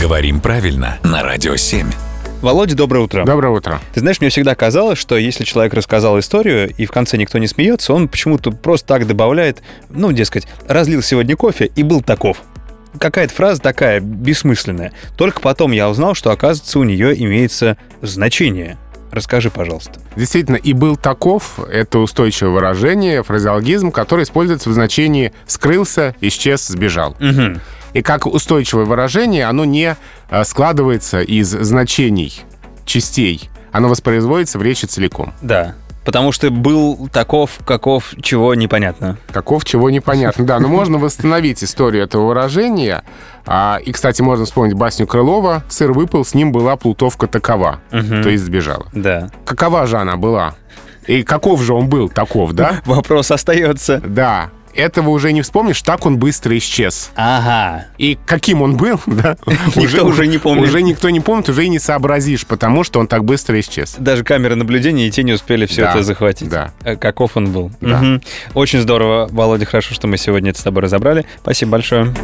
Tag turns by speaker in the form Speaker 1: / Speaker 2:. Speaker 1: Говорим правильно на Радио 7.
Speaker 2: Володя, доброе утро.
Speaker 3: Доброе утро.
Speaker 2: Ты знаешь, мне всегда казалось, что если человек рассказал историю, и в конце никто не смеется, он почему-то просто так добавляет, ну, дескать, разлил сегодня кофе и был таков. Какая-то фраза такая бессмысленная. Только потом я узнал, что, оказывается, у нее имеется значение. Расскажи, пожалуйста.
Speaker 3: Действительно, и был таков — это устойчивое выражение, фразеологизм, который используется в значении «скрылся», «исчез», «сбежал».
Speaker 2: Мгм.
Speaker 3: И как устойчивое выражение, оно не э, складывается из значений, частей. Оно воспроизводится в речи целиком.
Speaker 2: Да. Потому что был таков, каков, чего непонятно.
Speaker 3: Каков, чего непонятно. Да, но можно восстановить историю этого выражения. А, и, кстати, можно вспомнить басню Крылова «Сыр выпал, с ним была плутовка такова»,
Speaker 2: Мгм.
Speaker 3: то есть сбежала.
Speaker 2: Да.
Speaker 3: Какова же она была? И каков же он был таков, да?
Speaker 2: Вопрос остается.
Speaker 3: Да, этого уже не вспомнишь, так он быстро исчез.
Speaker 2: Ага.
Speaker 3: И каким он был, да,
Speaker 2: Никто уже не помнит.
Speaker 3: Уже никто не помнит, уже и не сообразишь, потому что он так быстро исчез.
Speaker 2: Даже камеры наблюдения и те не успели все
Speaker 3: Да,
Speaker 2: это захватить.
Speaker 3: да.
Speaker 2: Э, Каков он был.
Speaker 3: Да.
Speaker 2: Мгм. Очень здорово, Володя, хорошо, что мы сегодня это с тобой разобрали. Спасибо большое.